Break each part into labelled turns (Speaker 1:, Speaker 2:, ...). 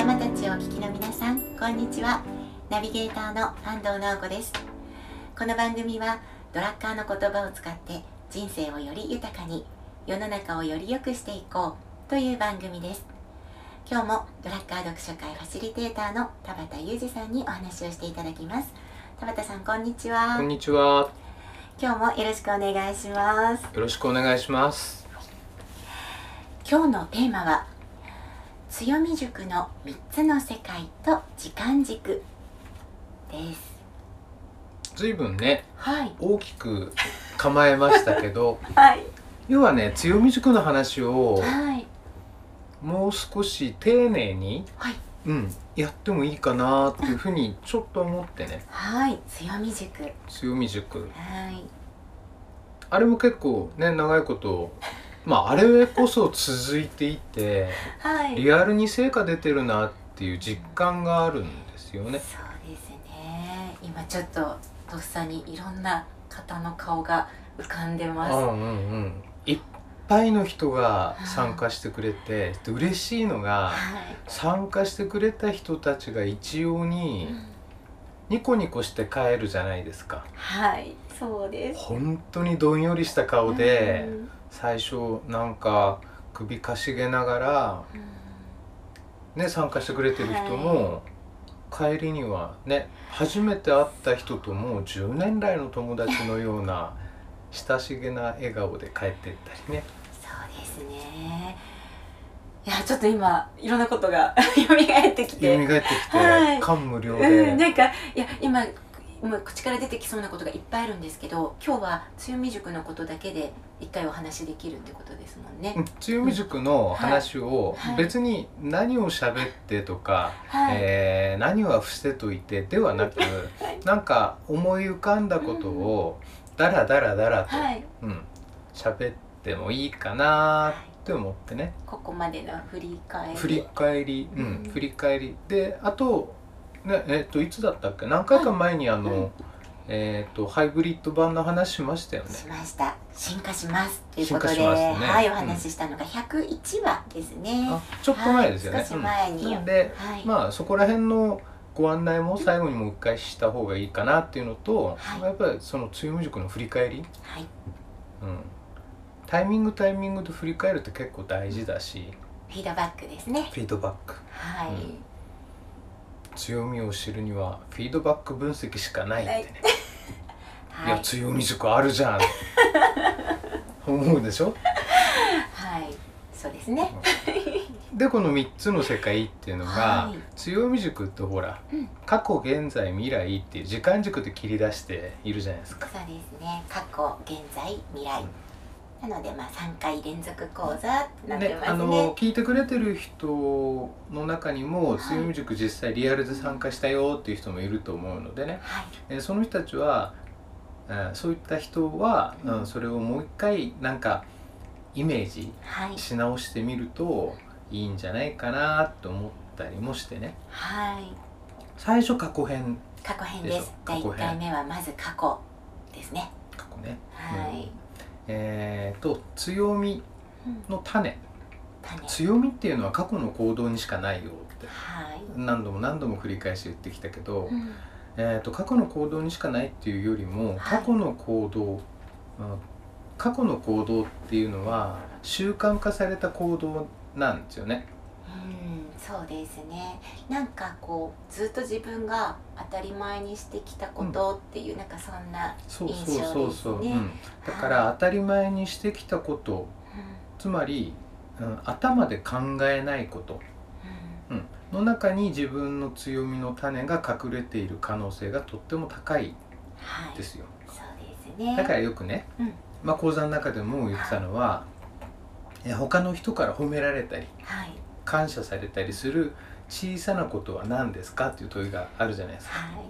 Speaker 1: 聞きの皆さんこんにちはナビゲーターの安藤直子ですこの番組はドラッカーの言葉を使って人生をより豊かに世の中をより良くしていこうという番組です今日もドラッカー読書会ファシリテーターの田畑裕二さんにお話をしていただきます田畑さんこんにちは
Speaker 2: こんにちは。
Speaker 1: 今日もよろしくお願いします
Speaker 2: よろしくお願いします。
Speaker 1: 今日のテーマは強み塾の3つの世界と時間軸です
Speaker 2: ずいぶんね、
Speaker 1: はい
Speaker 2: 大きく構えました けど、
Speaker 1: はい
Speaker 2: 要はね、強み塾の話を
Speaker 1: はい
Speaker 2: もう少し丁寧に、
Speaker 1: はい
Speaker 2: うん、やってもいいかなっていうふうにちょっと思ってね、
Speaker 1: はい強み塾は
Speaker 2: 強み塾。
Speaker 1: い
Speaker 2: あれも結構ね、長いこと、まああれこそ続いていて、
Speaker 1: はい
Speaker 2: リアルに成果出てるなっていう実感があるんですよ
Speaker 1: そう
Speaker 2: ね
Speaker 1: で。すね今ちょっととっさにいろんな方の顔が浮かんで
Speaker 2: う
Speaker 1: ま
Speaker 2: んうんうん。いっぱいの人が参加してくれて、で嬉しいの
Speaker 1: す
Speaker 2: が、
Speaker 1: はい
Speaker 2: 参加してくれた人たちが一様にニコニコして帰るじゃないですか
Speaker 1: はいそうです
Speaker 2: 本当にどんよりした顔で
Speaker 1: うん
Speaker 2: 最初なんか首かしげながらね参加してくれてる人も帰りにはね初めて会った人ともう10年来の友達のような親しげな笑顔で帰ってったりね
Speaker 1: そうですねいやちょっと今いろんなことが 蘇ってきて
Speaker 2: 蘇ってき
Speaker 1: は
Speaker 2: て
Speaker 1: い
Speaker 2: 感無量
Speaker 1: うん、
Speaker 2: で
Speaker 1: なんかいや今もう口から出てきそうなことがいっぱいあるんですけど今日は強み塾のことだけで一回お話しできるってことですもんね。
Speaker 2: 強み塾の話を
Speaker 1: はい
Speaker 2: 別に何を喋ってとか
Speaker 1: はい、
Speaker 2: えー何は伏せといてではなく、
Speaker 1: い
Speaker 2: なんか思い浮かんだことをダラダラダラと、
Speaker 1: はい、
Speaker 2: うん喋ってもいいかなって思ってね、
Speaker 1: ここまでの振り返り
Speaker 2: 振り返り、うん
Speaker 1: うん
Speaker 2: 振り返りであと、ねえっといつだったっけ何回か前にあの、
Speaker 1: うん
Speaker 2: えっとハイブリッド版の話しましたよね。
Speaker 1: しました進化しますということで、
Speaker 2: 進化しますね
Speaker 1: はいお話ししたのが101話ですね。
Speaker 2: あちょっと前ですよね。
Speaker 1: はい少し前に
Speaker 2: うんなんで
Speaker 1: はい、
Speaker 2: まあそこら辺のご案内も最後にもう一回した方がいいかなっていうのと、
Speaker 1: はい
Speaker 2: やっぱりその強み塾の振り返り、
Speaker 1: はい、
Speaker 2: うん、タイミングタイミングで振り返るって結構大事だし
Speaker 1: フィードバックですね。
Speaker 2: フィードバック
Speaker 1: はい、
Speaker 2: うん強みを知るにはフィードバック分析しかないってね、い、
Speaker 1: はい
Speaker 2: や強み塾ある じゃん思うでしょ
Speaker 1: はい、そうですね。
Speaker 2: でこの3つの世界っていうのが、
Speaker 1: はい
Speaker 2: 強み塾ってほら、
Speaker 1: うん
Speaker 2: 過去現在未来っていう時間軸で切り出しているじゃないですか。
Speaker 1: そうですね過去現在未来なのでまあ3回連続講座ってなってますね
Speaker 2: あの聞いてくれてる人の中に
Speaker 1: は
Speaker 2: も
Speaker 1: い
Speaker 2: 強み塾実際リアルで参加したよっていう人もいると思うのでね、
Speaker 1: はい
Speaker 2: えーその人たちは、えーそういった人は、
Speaker 1: う
Speaker 2: うんんそれをもう一回なんかイメージ
Speaker 1: はい
Speaker 2: し直してみるといいんじゃないかなと思ったりもしてね
Speaker 1: はい
Speaker 2: 最初過去編
Speaker 1: 過去編です
Speaker 2: でしょ
Speaker 1: 第
Speaker 2: 過去
Speaker 1: 1
Speaker 2: 編
Speaker 1: 回目はまず過去ですね
Speaker 2: 過去ね
Speaker 1: はい、
Speaker 2: えー、と強み
Speaker 1: うん、
Speaker 2: の種
Speaker 1: 種
Speaker 2: 強みっていうのは過去の行動にしかないよって
Speaker 1: はい、
Speaker 2: 何度も何度も繰り返し言ってきたけど、
Speaker 1: うん
Speaker 2: えー、と過去の行動にしかないっていうよりも
Speaker 1: はい
Speaker 2: 過去の行動、うん過去の行動っていうのは習慣化された行動なんですよね。
Speaker 1: うんそうですねなんかこうずっと自分が当たり前にしてきたことっていう、なんかそんな、
Speaker 2: そうそうそうそう、
Speaker 1: 印象ですね
Speaker 2: うん、だから当たり前にしてきたことつまり、うん、頭で考えないこと、
Speaker 1: う
Speaker 2: うん、の中に自分の強みの種が隠れている可能性がとっても高い
Speaker 1: ん、はい
Speaker 2: で
Speaker 1: そう
Speaker 2: すよ。
Speaker 1: ですね
Speaker 2: だからよくね、
Speaker 1: うん
Speaker 2: まあ、講座の中でも言ってたのは、えー他の人から褒められたり
Speaker 1: はい
Speaker 2: 感謝されたりする小さなことは何ですかっていう問いがあるじゃないですか、
Speaker 1: はい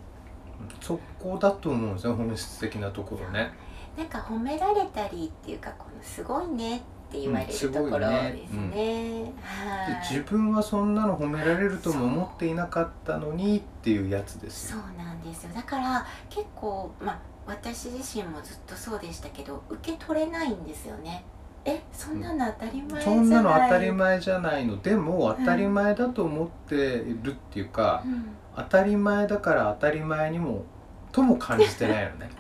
Speaker 2: そこだと思うんですよ本質的なところね
Speaker 1: なんか褒められたりっていうかこのすごいねって言われ
Speaker 2: うん
Speaker 1: る
Speaker 2: す
Speaker 1: と
Speaker 2: ご
Speaker 1: こ
Speaker 2: いね
Speaker 1: ろですね。
Speaker 2: で
Speaker 1: はい
Speaker 2: 自。分はそんなの褒められるとも思っていなかったのにっていうやつです
Speaker 1: そ
Speaker 2: よ
Speaker 1: うなんですよ。だから結構まあ私自身もずっとそうでしたけど受け取れないんですよね。えそんなの当たり前じゃ
Speaker 2: そ
Speaker 1: ない
Speaker 2: んなの当たり前じゃないのでも当たり前だと思ってるっていうか、
Speaker 1: うん
Speaker 2: 当たり前だから当たり前にもとも感じてないよ ね、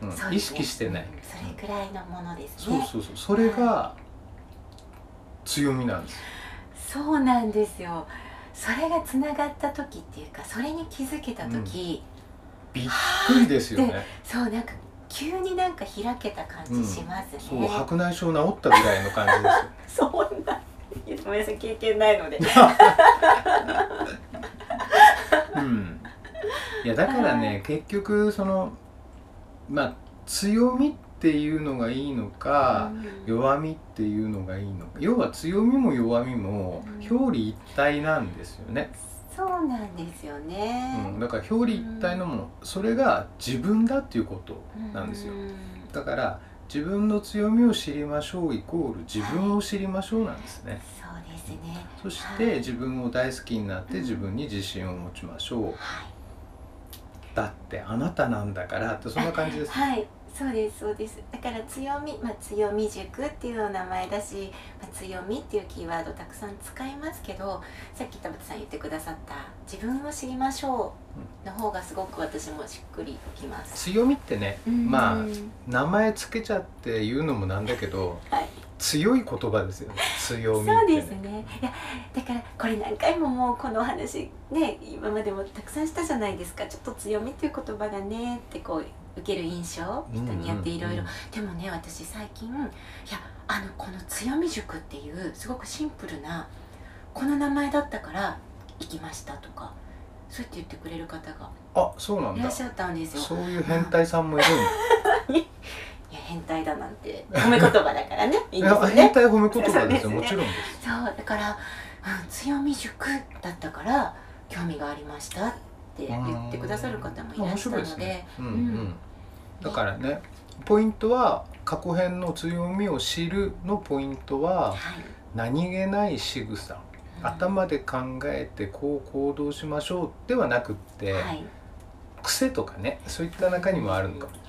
Speaker 2: うん
Speaker 1: そうですね
Speaker 2: 意識してない
Speaker 1: それくらいのものです
Speaker 2: そう
Speaker 1: ね
Speaker 2: そうそうそれが強みなんですよ
Speaker 1: そうなんですよそれがつながった時っていうかそれに気づけた時、
Speaker 2: びっくりですよね
Speaker 1: そうなんか急になんか開けた感じしますね、
Speaker 2: そう白内障治ったぐらいの感じです よ
Speaker 1: そんなごめんなさい経験ないので
Speaker 2: うんいやだからね結局そのまあ強みっていうのがいいのか、弱みっていうのがいいのか要は強みも弱みも
Speaker 1: うん
Speaker 2: 表裏一体なんですよね、
Speaker 1: そうなんですよね、
Speaker 2: うん、だから表裏一体のものそれが自分だっていうことなんですよ
Speaker 1: う
Speaker 2: だから自分の強みを知りましょうイコール自分を知りましょうなんですね
Speaker 1: そうですね
Speaker 2: そし
Speaker 1: は
Speaker 2: て
Speaker 1: い
Speaker 2: 自分を大好きになっ
Speaker 1: う
Speaker 2: て
Speaker 1: ん
Speaker 2: 自分に自信を持ちましょう
Speaker 1: はい
Speaker 2: だってあなたなんだからってそんな感じです
Speaker 1: はいそうですそうですだから強み、まあ、強み塾っていうお名前だし、まあ、強みっていうキーワードたくさん使いますけどさっき田畑さん言ってくださった「自分を知りましょう」の方がすごく私もしっくりきます。
Speaker 2: 強みってねまあ
Speaker 1: うん
Speaker 2: 名前つけちゃって言うのもなんだけど
Speaker 1: はい
Speaker 2: 強い言葉ですよね強み
Speaker 1: そう
Speaker 2: って、
Speaker 1: ですねいやだからこれ何回ももうこのお話ね今までもたくさんしたじゃないですかちょっと強みっていう言葉がねってこう受ける印象人によっていろいろでもね私最近いやあのこの強み塾っていうすごくシンプルなこの名前だったから行きましたとかそうやって言ってくれる方が
Speaker 2: あそうなん
Speaker 1: いら
Speaker 2: だ
Speaker 1: っしゃったんですよ。
Speaker 2: そういう変態さんもいるんだ
Speaker 1: いや変態だなんて褒め言葉だから ねいい
Speaker 2: い
Speaker 1: んですよ
Speaker 2: や
Speaker 1: ね
Speaker 2: 変。態褒め言葉ですよ
Speaker 1: そう
Speaker 2: も
Speaker 1: ですね
Speaker 2: ちろんで
Speaker 1: そうだから、うん、強み塾だったから興味がありましたって言ってくださる方もいらっしゃったの
Speaker 2: 面白いです
Speaker 1: で
Speaker 2: ねすうんう
Speaker 1: うん
Speaker 2: んだからねポイントは過去編の強みを知るのポイントは
Speaker 1: はい
Speaker 2: 何気ない仕草
Speaker 1: うん
Speaker 2: 頭で考えてこう行動しましょうではなくって、
Speaker 1: はい
Speaker 2: 癖とかねそういった中にもあるのかもしれない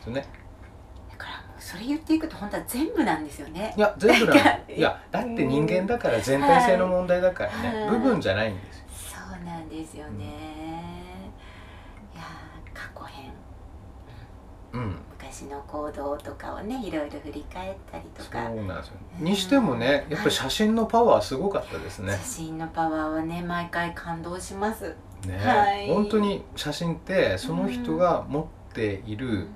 Speaker 2: けどね
Speaker 1: だからもうそれ言っていくと本当は全部なんですよね
Speaker 2: いや 全部なの
Speaker 1: なんか
Speaker 2: いやだって人間だから全体性の問題だからね、
Speaker 1: はい
Speaker 2: 部分じゃないんですよ
Speaker 1: そうなんですよね、いやー過去編
Speaker 2: うん
Speaker 1: 昔の行動とかをねいろいろ振り返ったりと
Speaker 2: そう
Speaker 1: か、
Speaker 2: なんですよ
Speaker 1: うん
Speaker 2: にしてもねやっぱり写真のパワーすごかったですね
Speaker 1: 写真のパワーはね毎回感動します、
Speaker 2: ね、
Speaker 1: はい
Speaker 2: 本当に写真ってその人が持っている、
Speaker 1: うん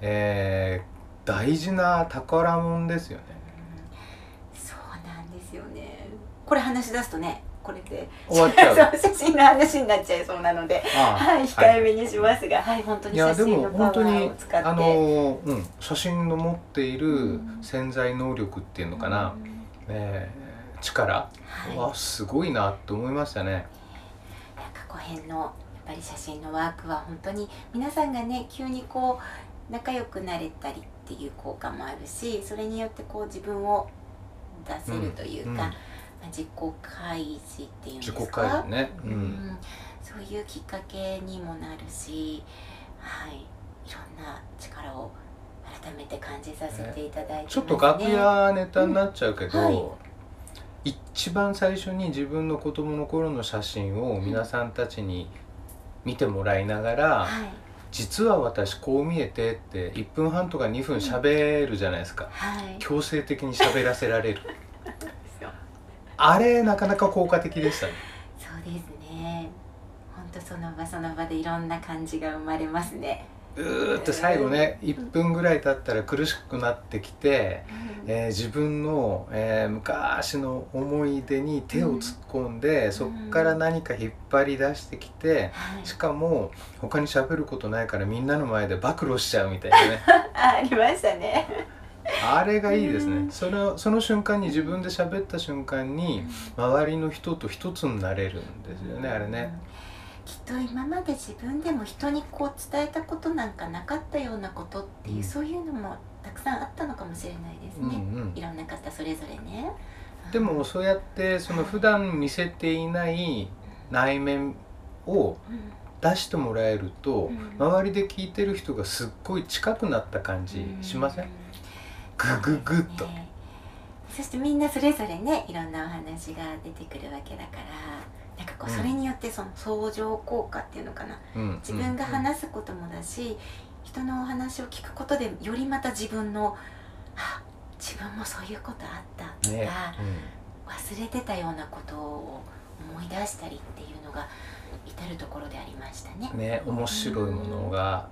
Speaker 2: えー大事な宝物ですよね
Speaker 1: そうなんですよねこれ話し出すとねこれで
Speaker 2: 終わっちゃう
Speaker 1: そう写真の話になっちゃいそうなので
Speaker 2: あ
Speaker 1: はい控えめにしますがはい、本当
Speaker 2: あ
Speaker 1: に
Speaker 2: いや
Speaker 1: 写
Speaker 2: で
Speaker 1: 真
Speaker 2: も
Speaker 1: のパワ
Speaker 2: 本当
Speaker 1: ー
Speaker 2: に
Speaker 1: を使って
Speaker 2: あのー、うん、写真の持っている
Speaker 1: うん
Speaker 2: 潜在能力っていうのかな、
Speaker 1: うん
Speaker 2: えー力
Speaker 1: はい
Speaker 2: はすごいなって思いましたね、
Speaker 1: 過去編のやっぱり写真のワークは本当に皆さんがね急にこう仲良くなれたりっていう効果もあるしそれによってこう自分を出せるというか、
Speaker 2: うん
Speaker 1: まあ、自己開示っていうんです
Speaker 2: 自
Speaker 1: か
Speaker 2: 己開示ね、う
Speaker 1: うん
Speaker 2: ん、
Speaker 1: そういうきっかけにもなるし、はい、いろんな力を改めて感じさせていただいてます、ね
Speaker 2: ちょっと楽屋ネタになっちゃうけど、
Speaker 1: うんは
Speaker 2: 一番最初に自分の子供の頃の写真を皆さんたちに見てもらいながら、
Speaker 1: はい
Speaker 2: 実は私こう見えてって1分半とか2分喋るじゃないですか、
Speaker 1: はい
Speaker 2: 強制的に喋らせられる
Speaker 1: そう
Speaker 2: あれなかなか効果的でしたね
Speaker 1: そうですね。本当その場その場でいろんな感じが生まれますね。
Speaker 2: うーって最後ね1分ぐらい経ったら苦しくなってきて、えー自分の、えー昔の思い出に手を突っ込んで、そっから何か引っ張り出してきて、
Speaker 1: はい
Speaker 2: しかも他に喋ることないからみんなの前で暴露しちゃうみたい なね
Speaker 1: あありましたね。
Speaker 2: あれがいいですね、
Speaker 1: うん
Speaker 2: そのその瞬間に自分で喋った瞬間に周りの人と一つになれるんですよねあれね。
Speaker 1: きっと今まで自分でも人にこう伝えたことなんかなかったようなことっていう、
Speaker 2: うん
Speaker 1: そういうのもたくさんあったのかもしれないです
Speaker 2: うんう
Speaker 1: ね。
Speaker 2: ん
Speaker 1: い、ろんな方それぞれね。
Speaker 2: でもそうやってその普段見せていない内面を
Speaker 1: うん、
Speaker 2: 出してもらえると、
Speaker 1: うん
Speaker 2: 周りで聞いてる人がすっごい近くなった感じしません、
Speaker 1: う
Speaker 2: ぐぐぐっと、
Speaker 1: ねそしてみんなそれぞれねいろんなお話が出てくるわけだからなんかこう
Speaker 2: うん
Speaker 1: それによってその相乗効果っていうのかな、
Speaker 2: うん、
Speaker 1: 自分が話すこともだし、人のお話を聞くことでよりまた自分のあ自分もそういうことあったとか、
Speaker 2: ね、
Speaker 1: 忘れてたようなことを思い出したりっていうのが至るところでありましたね
Speaker 2: うん、。ね面白いものが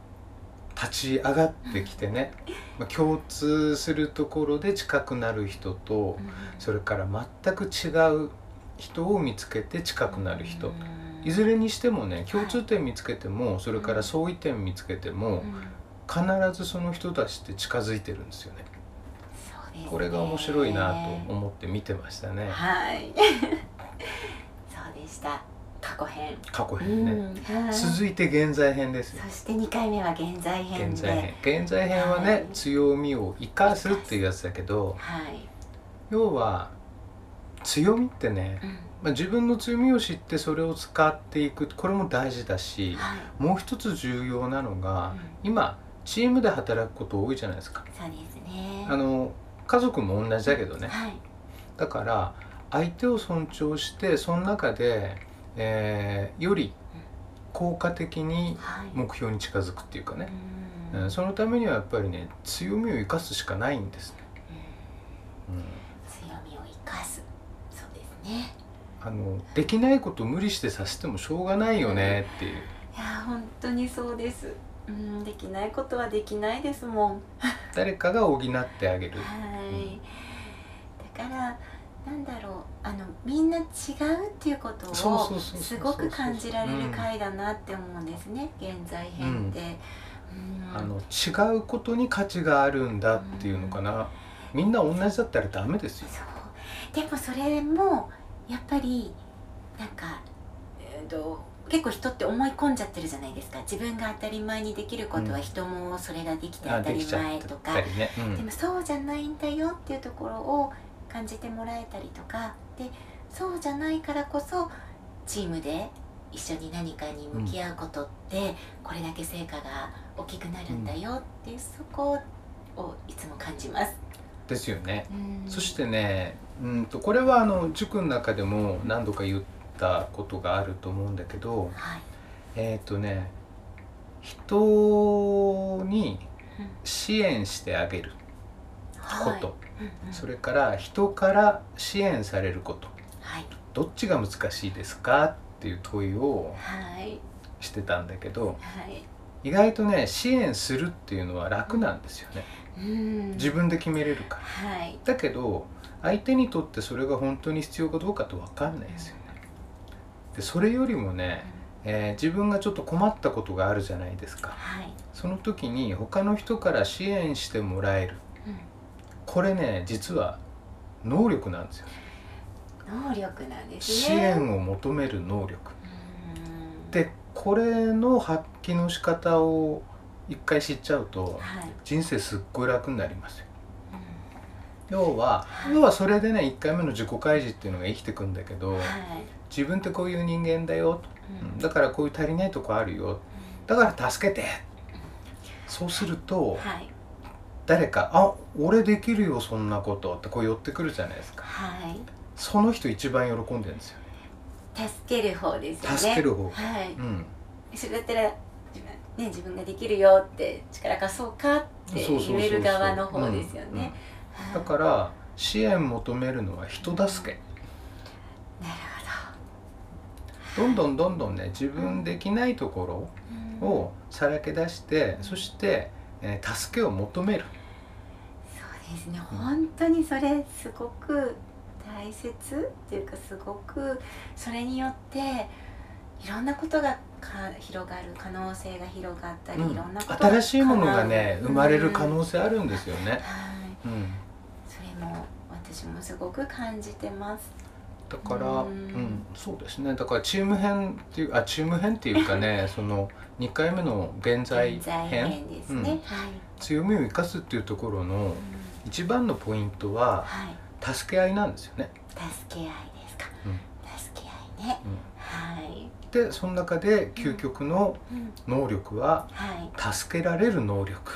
Speaker 2: 立ち上がってきて ね、まあ、共通するところで近くなる人と
Speaker 1: うん
Speaker 2: それから全く違う人を見つけて近くなる人、
Speaker 1: うん
Speaker 2: いずれにしてもね共通点見つけてもそれから相違点見つけても
Speaker 1: うん
Speaker 2: 必ずその人たちって近づいてるんですよね
Speaker 1: そうですね
Speaker 2: これが面白いなと思って見てましたね
Speaker 1: はいそうでした過去編、
Speaker 2: 過去編ね
Speaker 1: うんはい
Speaker 2: 続いて現在編ですよ
Speaker 1: そして2回目は現在編で
Speaker 2: 現在編現在編は
Speaker 1: は
Speaker 2: ね
Speaker 1: い
Speaker 2: 強みを生かすっていうやつだけど
Speaker 1: はい、
Speaker 2: 要は強みってね
Speaker 1: うん
Speaker 2: まあ自分の強みを知ってそれを使っていくこれも大事だし
Speaker 1: はい
Speaker 2: もう一つ重要なのが
Speaker 1: うん
Speaker 2: 今チームで働くこと多いじゃないですか
Speaker 1: そうですね。
Speaker 2: あの家族も同じだけどね
Speaker 1: はい。
Speaker 2: だから相手を尊重してその中で、えーより効果的に
Speaker 1: はい。
Speaker 2: 目標に近づくっていうか
Speaker 1: う
Speaker 2: ね、
Speaker 1: ん
Speaker 2: うんそのためにはやっぱりね強みを生かすしかないんですね、うん
Speaker 1: 強みを生かす。そうですね。
Speaker 2: あのできないことを無理してさせてもしょうがないよねっていう
Speaker 1: いやー本当にそうです。うんできないことはできないですもん。は
Speaker 2: 誰かが補ってあげる
Speaker 1: い。だからなんだろうあのみんな違うっていうこと
Speaker 2: そう
Speaker 1: を
Speaker 2: そうそうそう
Speaker 1: すごく感じられる
Speaker 2: うん
Speaker 1: 回だなって思うんですね。現在編って。うん
Speaker 2: あの違うことに価値があるんだっていうのかな、みんな同じだったらダメですよ
Speaker 1: そうでもそれもやっぱりなんか、えー、と結構人って思い込んじゃってるじゃないですか自分が当たり前にできることは
Speaker 2: うん
Speaker 1: 人もそれができて
Speaker 2: あ
Speaker 1: 当た
Speaker 2: で
Speaker 1: り
Speaker 2: きちゃ
Speaker 1: 前
Speaker 2: っ
Speaker 1: とか、
Speaker 2: たりね、うん
Speaker 1: でもそうじゃないんだよっていうところを感じてもらえたりとかでそうじゃないからこそチームで一緒に何かに向き合うことってこれだけ成果が大きくなるんだよっていうそこをいつも感じます。
Speaker 2: ですよね
Speaker 1: うん
Speaker 2: そしてね、うんとこれはあの塾の中でも何度か言ったことがあると思うんだけど、
Speaker 1: はい、
Speaker 2: えっ、とね、人に支援してあげるこ
Speaker 1: はい
Speaker 2: と、
Speaker 1: うんうん
Speaker 2: それから人から支援されること、
Speaker 1: はい
Speaker 2: どっちが難しいですかっていう問いを
Speaker 1: はい
Speaker 2: してたんだけど、
Speaker 1: はい
Speaker 2: 意外とね、支援するっていうのは楽なんですよね。
Speaker 1: うん
Speaker 2: 自分で決めれるから。
Speaker 1: はい
Speaker 2: だけど相手にとってそれが本当に必要かどうかって分かんないですよね。でそれよりもね、えー自分がちょっと困ったことがあるじゃないですか
Speaker 1: はい
Speaker 2: その時に他の人から支援してもらえる
Speaker 1: う
Speaker 2: これね実は能力なんですよ、
Speaker 1: ん能力なんですね
Speaker 2: 支援を求める能力
Speaker 1: うん
Speaker 2: でこれの発揮の仕方を一回知っちゃうと
Speaker 1: はい
Speaker 2: 人生すっごい楽になりますよ
Speaker 1: う
Speaker 2: 要は要はそれでね1回目の自己開示っていうのが生きてくんだけど、
Speaker 1: んはい
Speaker 2: 自分ってこういう人間だよ、
Speaker 1: うん
Speaker 2: だからこういう足りないとこあるよだから助けてそうすると
Speaker 1: はい
Speaker 2: 誰か「あ俺できるよそんなこと」ってこう寄ってくるじゃないですか
Speaker 1: はい
Speaker 2: その人一番喜んでるんですよね
Speaker 1: 助ける方ですよね
Speaker 2: 助ける方
Speaker 1: はい
Speaker 2: うん
Speaker 1: それだったら自分ね自分ができるよって力貸そうかって
Speaker 2: そうそうそうそう
Speaker 1: 言える側の方ですよね
Speaker 2: うんだから支援求めるのは人助け
Speaker 1: なる
Speaker 2: どんどんどんどんね自分できないとこ
Speaker 1: ほ
Speaker 2: ろ
Speaker 1: どうん
Speaker 2: をさらけ出してそして、えー助けを求める
Speaker 1: そうですね本当にそれすごく大切っていうかすごくそれによっていろんなことがか広がる可能性が広がったり、
Speaker 2: うん
Speaker 1: いろんなことが
Speaker 2: 新しいものがね
Speaker 1: 叶う
Speaker 2: 生まれる可
Speaker 1: うんは
Speaker 2: 能性あるんですよ
Speaker 1: い
Speaker 2: ね、うん、
Speaker 1: それも私もすごく感じてます
Speaker 2: だから、
Speaker 1: う
Speaker 2: うんんそうですねだからチーム編っていうあチーム編っていうか ねその2回目の現在
Speaker 1: 現在
Speaker 2: 編
Speaker 1: 編ですね、
Speaker 2: うん
Speaker 1: はい、
Speaker 2: 強みを生かすっていうところの一番のポイントは
Speaker 1: はい
Speaker 2: 助け合いなんですよね。
Speaker 1: 助け合いですか、
Speaker 2: うん
Speaker 1: 助け合いね
Speaker 2: うん
Speaker 1: はい、
Speaker 2: でその中で究極の
Speaker 1: うん
Speaker 2: 能力は
Speaker 1: はい
Speaker 2: 助けられる能力、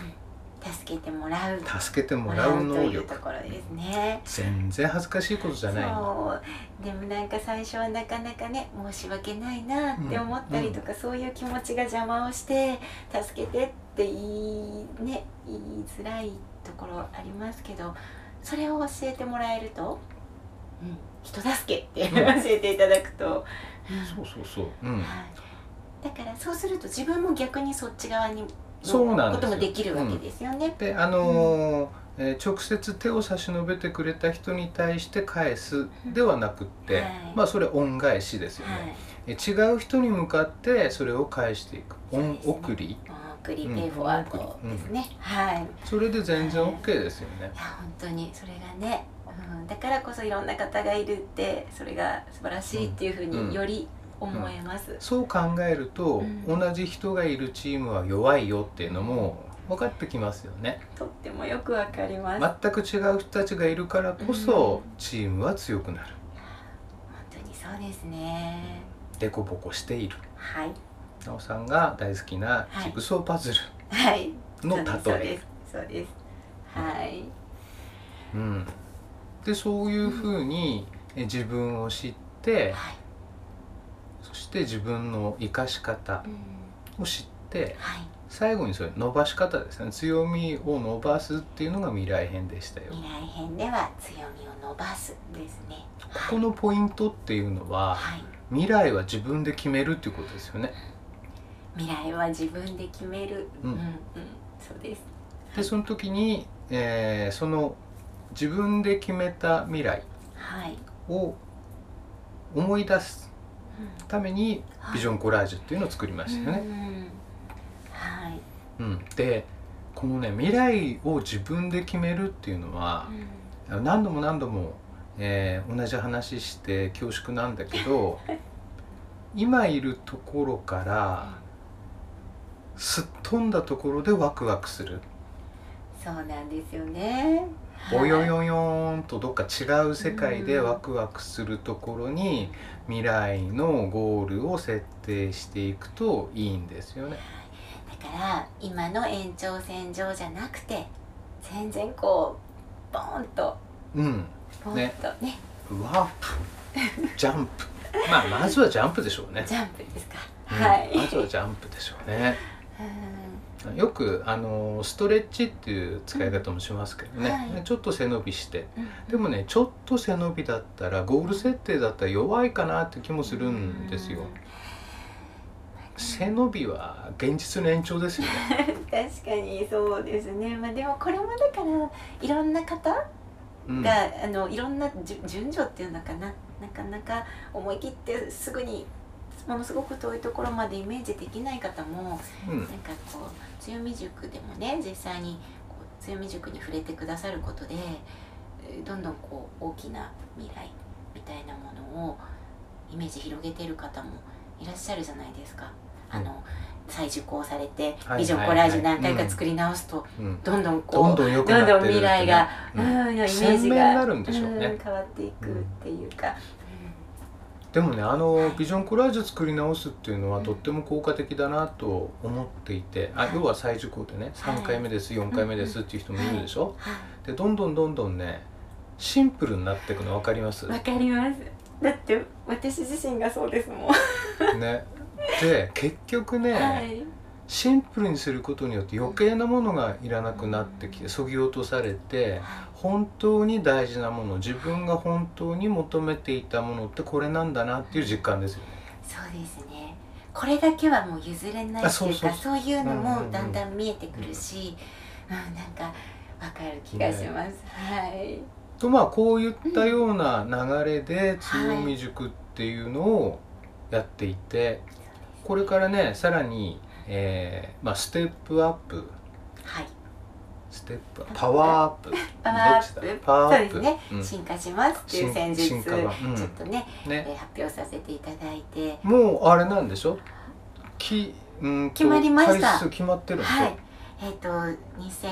Speaker 1: 助助けてもらう
Speaker 2: 助けてもらう
Speaker 1: と
Speaker 2: 能
Speaker 1: いうと
Speaker 2: 力
Speaker 1: ころですね。
Speaker 2: 全然恥ずかしいことじゃない
Speaker 1: そうでもなんか最初はなかなかね申し訳ないなって思ったりとか、そういう気持ちが邪魔をして「助けて」って言い,、ね、言いづらいところありますけどそれを教えてもらえると「うん、人助け」って教
Speaker 2: うん
Speaker 1: えていただくと、
Speaker 2: そうそうそううん
Speaker 1: はい、だからそうすると自分も逆にそっち側に
Speaker 2: そうなん
Speaker 1: こ
Speaker 2: です
Speaker 1: と
Speaker 2: よ
Speaker 1: もできるわけですよね。
Speaker 2: であのーえー直接手を差し伸べてくれた人に対して返すではなくって、
Speaker 1: はい
Speaker 2: まあそれ恩返しですよ
Speaker 1: は
Speaker 2: ね、
Speaker 1: い
Speaker 2: え違う人に向かってそれを返していく恩
Speaker 1: そうですね
Speaker 2: 送り
Speaker 1: お送りペイフォワードですね、はい
Speaker 2: それで全然 OK ですよね
Speaker 1: いや本当にそれがね、うん、だからこそいろんな方がいるってそれが素晴らしいっていうふう
Speaker 2: うん
Speaker 1: により思えます、
Speaker 2: そう考えると、
Speaker 1: うん
Speaker 2: 同じ人がいるチームは弱いよっていうのも分かってきますよね
Speaker 1: とってもよくわかります、本
Speaker 2: 全く違う人たちがいるからこそ、チームは強くなる
Speaker 1: 当にそうですね
Speaker 2: デコボコしている
Speaker 1: はい
Speaker 2: なおさんが大好きなジグソーパズ
Speaker 1: はい
Speaker 2: ルの例え、
Speaker 1: そうですそうですそうですはい
Speaker 2: うん、でそういうふうにえ自分を知って
Speaker 1: はい、
Speaker 2: そして自分の生かし方
Speaker 1: うん、
Speaker 2: を知って
Speaker 1: はい
Speaker 2: 最後にそれ伸ばし方ですね強みを伸ばすっていうのが未来編でしたよ。
Speaker 1: 未来編では強みを伸ばすですね
Speaker 2: ここのポイントっていうのは
Speaker 1: はい
Speaker 2: 未来は自分で決めるっていうことですよね。
Speaker 1: 未来は自分で決める
Speaker 2: うん
Speaker 1: うん、そうです
Speaker 2: でその時に、えーその自分で決めた未来
Speaker 1: はい、
Speaker 2: を思い出す
Speaker 1: う
Speaker 2: ために
Speaker 1: ん
Speaker 2: ビジョンコラージュっていうのを作りましたよね。
Speaker 1: うんはい、
Speaker 2: うん、でこのね未来を自分で決めるっていうのは何度も何度も、えー同じ話して恐縮なんだけ ど今いるところからすっ飛んだところでワクワクする
Speaker 1: そうなんですよね。
Speaker 2: およよよーんとどっか違う世界でワクワクするところに未来のゴールを設定していくといいんですよね。
Speaker 1: だから今の延長線上じゃなくて全然こうボーンと
Speaker 2: うん、
Speaker 1: ボーンとね
Speaker 2: ワープジャンプまあまずはジャンプでしょうね。
Speaker 1: ジャンプですか。
Speaker 2: うん
Speaker 1: はい。
Speaker 2: まずはジャンプでしょうね。
Speaker 1: うん
Speaker 2: よくあのストレッチっていう使い方もしますけどね、
Speaker 1: はい
Speaker 2: ちょっと背伸びして
Speaker 1: うん
Speaker 2: でもねちょっと背伸びだったらゴール設定だったら弱いかなって気もするんですよ
Speaker 1: うん
Speaker 2: 背伸びは現実の延長ですよね
Speaker 1: 確かにそうですね。まあでもこれもだからいろんな方
Speaker 2: うん
Speaker 1: が、あのいろんなじゅ順序っていうのかななかなか思い切ってすぐにものすごく遠いところまでイメージできない方も
Speaker 2: うん
Speaker 1: なんかこう強み塾でもね実際にこう強み塾に触れてくださることでえーどんどんこう大きな未来みたいなものをイメージ広げてる方もいらっしゃるじゃないですか。あの再受講されて
Speaker 2: はい
Speaker 1: ビジョンコラージュ何回か作り直すと
Speaker 2: うん
Speaker 1: どんどんこう、
Speaker 2: どんどん良くなってる
Speaker 1: どんどん未来が
Speaker 2: う
Speaker 1: うんん、イメ
Speaker 2: 鮮
Speaker 1: ージ
Speaker 2: 明に
Speaker 1: が
Speaker 2: なるんでしょうね
Speaker 1: ん変わっていくっていうか、
Speaker 2: でもねあの、
Speaker 1: はい
Speaker 2: ビジョンコラージュ作り直すっていうのは
Speaker 1: うん
Speaker 2: とっても効果的だなと思っていて、
Speaker 1: は
Speaker 2: あ
Speaker 1: い
Speaker 2: 要は再受講でね
Speaker 1: はい
Speaker 2: 3回目です4回目ですっていう人もいるでしょ、
Speaker 1: はい
Speaker 2: でどんどんどんどんねシンプルになっていくの分かります
Speaker 1: わかりますだって私自身がそうですもん、
Speaker 2: ねで結局ね、
Speaker 1: はい
Speaker 2: シンプルにすることによって余計なものがいらなくなってきてそぎ落とされて本当に大事なもの自分が本当に求めていたものってこれなんだなっていう実感ですよね。
Speaker 1: そうですねこれだけはもう譲れないっていう
Speaker 2: あ
Speaker 1: か
Speaker 2: そ
Speaker 1: そうう
Speaker 2: そう
Speaker 1: いうの
Speaker 2: うんうんうん
Speaker 1: もだんだん見えてくるし、うんなんかわかる気がします、はい
Speaker 2: とまあこういったような流れで強み塾っていうのをやっていてこれからねさらに、えーまあ、ステップアップ
Speaker 1: はい
Speaker 2: ステップアップパワーアップ
Speaker 1: パワーア
Speaker 2: どっち
Speaker 1: ッ
Speaker 2: だ
Speaker 1: プ
Speaker 2: パワーアップ
Speaker 1: そうですね、
Speaker 2: うん
Speaker 1: 進化しますっていう戦術、
Speaker 2: 進
Speaker 1: ち
Speaker 2: 化
Speaker 1: ょ
Speaker 2: 版うん
Speaker 1: っとね、え
Speaker 2: ね
Speaker 1: ー発表させていただいて
Speaker 2: もうあれなんでしょきうんと
Speaker 1: 決まりました
Speaker 2: 回数決まってるんでしょ、
Speaker 1: はい、えっ、と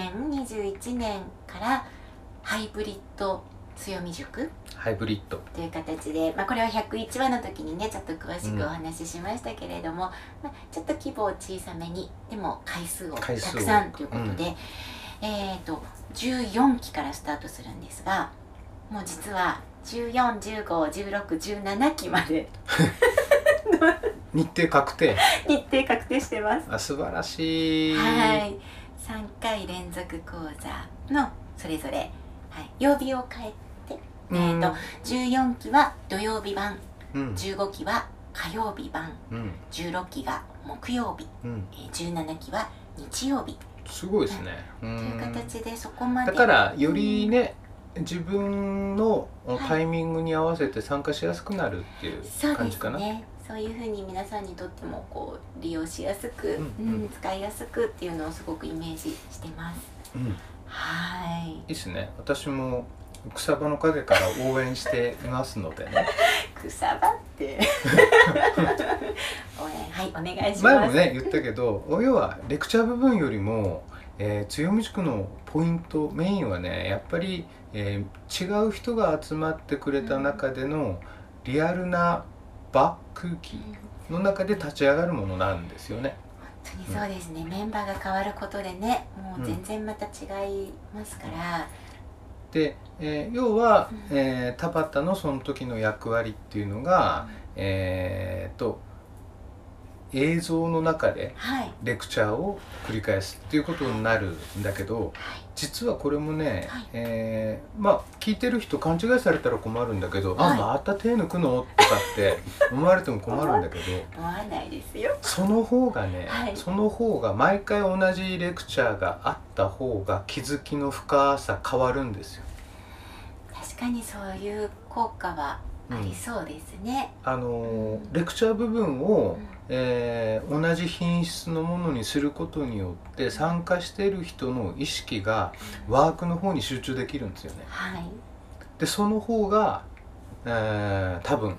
Speaker 1: 2021年からハイブリッド強み塾
Speaker 2: ハイブリッド
Speaker 1: という形で、まあ、これは101話の時にねちょっと詳しくお話ししましたけれども、まあ、ちょっと規模を小さめにでも回数をた
Speaker 2: 回数を
Speaker 1: くさんということで、えー、と14期からスタートするんですがもう実は14151617期まで
Speaker 2: 日程確定
Speaker 1: 日程確定してます。
Speaker 2: あ素晴らしい、
Speaker 1: はい、3回連続講座のそれぞれ、はい、曜日を変え
Speaker 2: うん
Speaker 1: えーと14期は土曜日版
Speaker 2: うん
Speaker 1: 15期は火曜日版
Speaker 2: うん
Speaker 1: 16期が木曜日、
Speaker 2: うん
Speaker 1: えー17期は日曜日
Speaker 2: すごいですね、うん
Speaker 1: という形でそこまで
Speaker 2: だからよりね自分のタイミングに合わせて参加しやすくなるっていう
Speaker 1: そう
Speaker 2: 感
Speaker 1: で
Speaker 2: じか
Speaker 1: す
Speaker 2: な、
Speaker 1: ねそういうふうに皆さんにとってもこう利用しやすく、
Speaker 2: うんうん
Speaker 1: うん使いやすくっていうのをすごくイメージしてます
Speaker 2: うんい
Speaker 1: はい
Speaker 2: いですね私も草場の陰から応援していますので ね
Speaker 1: 草場って 応援はいお願いします
Speaker 2: 前もね言ったけど要はレクチャー部分よりも、えー強み塾のポイントメインはねやっぱり、えー違う人が集まってくれた中でのリアルな場空
Speaker 1: う
Speaker 2: 気
Speaker 1: ん本
Speaker 2: の中で立ち上がるものなんですよね。
Speaker 1: 当にそうですね、メンバーが変わることでねもう全然また違いますから、
Speaker 2: で、えー要は
Speaker 1: うん、
Speaker 2: えー田畑のその時の役割っていうのが、えーと映像の中で
Speaker 1: はい
Speaker 2: レクチャーを繰り返すっていうことになるんだけど
Speaker 1: はい
Speaker 2: 実はこれもね、
Speaker 1: はい
Speaker 2: えーまあ聞いてる人勘違いされたら困るんだけど「
Speaker 1: はい
Speaker 2: あまた手抜くの?」とかって思われても困るんだけど
Speaker 1: 思わないですよ
Speaker 2: その方がね、
Speaker 1: はい
Speaker 2: その方が毎回同じレクチャーがあった方が気づきの深さ変わるんですよ。
Speaker 1: 確かにそういう効果はありそうですね、
Speaker 2: あのーレクチャー部分を、
Speaker 1: うん
Speaker 2: えー同じ品質のものにすることによって参加している人の意識がワークの方に集中できるんですよね。
Speaker 1: はい
Speaker 2: でその方が、えー多分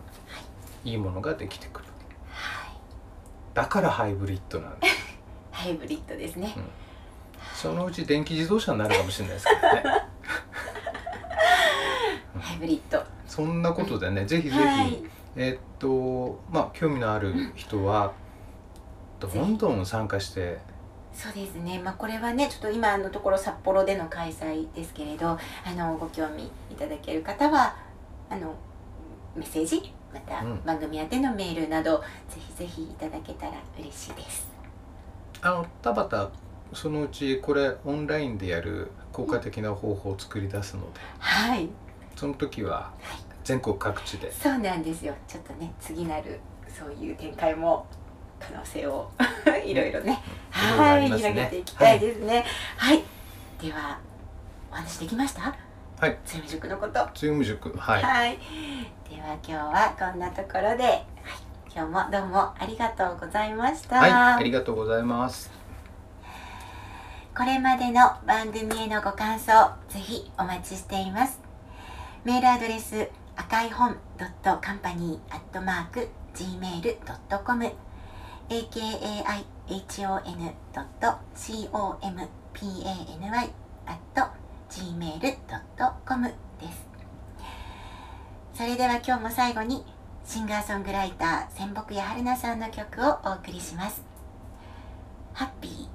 Speaker 2: いいものができてくる。
Speaker 1: はい
Speaker 2: だからハイブリッ ドなんです。
Speaker 1: ハイブリッドですね
Speaker 2: う。んそのうち電気自動車になるかもしれないですけどね。
Speaker 1: ハイブリッド。
Speaker 2: そんなことでね、ぜひぜひ、
Speaker 1: はい。
Speaker 2: えーっとまあ興味のある人は、
Speaker 1: ん
Speaker 2: どんどん参加して。
Speaker 1: そうですね。まあこれはね、ちょっと今のところ札幌での開催ですけれど、あのご興味いただける方はあのメッセージ、また
Speaker 2: うん
Speaker 1: 番組宛てのメールなど、ぜひぜひいただけたら嬉しいです。
Speaker 2: あの田畑そのうちこれオンラインでやる効果的な方法を作り出すので
Speaker 1: はい。
Speaker 2: その時は全国各地で
Speaker 1: そうなんですよ。ちょっとね、次なるそういう展開も可能性をいろいろね、
Speaker 2: いろいろあ
Speaker 1: は
Speaker 2: り
Speaker 1: い、
Speaker 2: ますね
Speaker 1: 広げていきたいですね。はい。ではお話できました？
Speaker 2: はい。
Speaker 1: つゆみ塾のこと。
Speaker 2: 強み塾はい
Speaker 1: はい、では今日はこんなところで、はい、今日もどうもありがとうございました、
Speaker 2: はいありがとうございます
Speaker 1: これまでの番組へのご感想ぜひお待ちしていますメールアドレス赤い本ドットカンパニーアットマーク gmail.com akaihon ドット company アット gmail.com ですそれでは今日も最後にシンガーソングライター千木や春菜さんの曲をお送りしますハッピー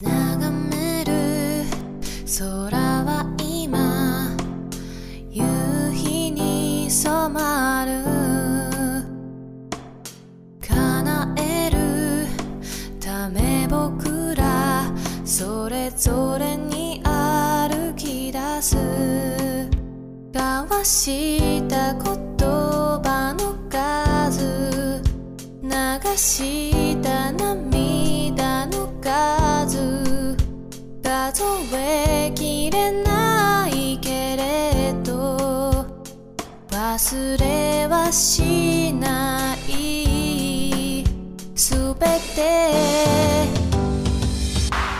Speaker 3: 眺める空は今夕日に染まる叶えるため僕らそれぞれに歩き出す交わした言葉の数流した涙の数数えきれないけれど忘れはしないすべて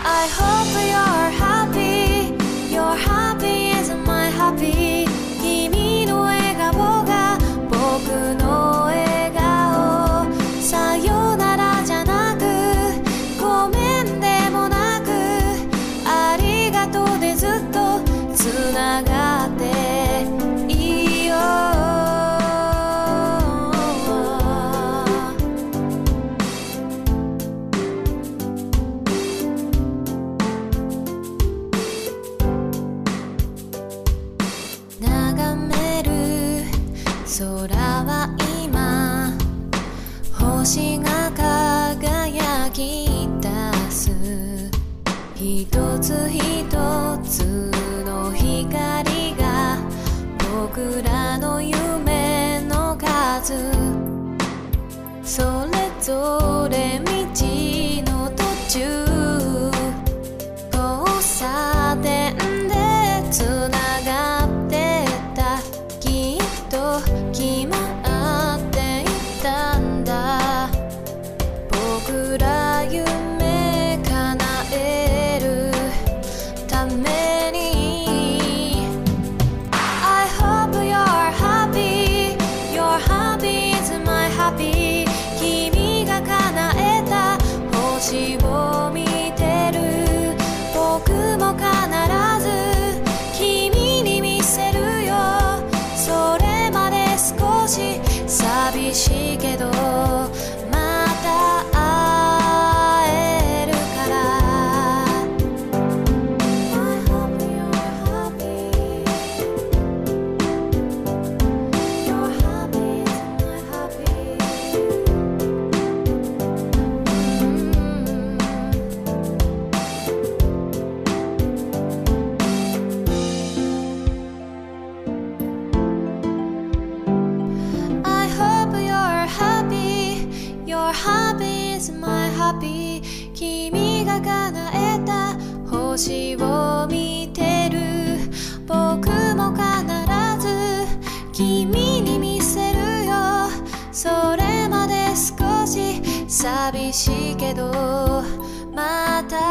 Speaker 3: I hope you're happy You're happy as my happy 君の笑顔が僕の笑顔さよならじゃなくごめんでもなくありが一つ一つの光が僕らの夢の数それぞれ道の途中交差点でつながってたきっと決まっていたんだ僕ら夢叶えるために I hope you're happy Your happy is my happy 君が叶えた星を見てる僕も必ず君に見せるよそれまで少し寂しいけどまた会えるから I hope you're happy Your happy is my happy. I hope you're happy. Your happy is my happy. 君が叶えた星を見てる。僕も必ず君に見せるよ。それまで少し寂しいけど、また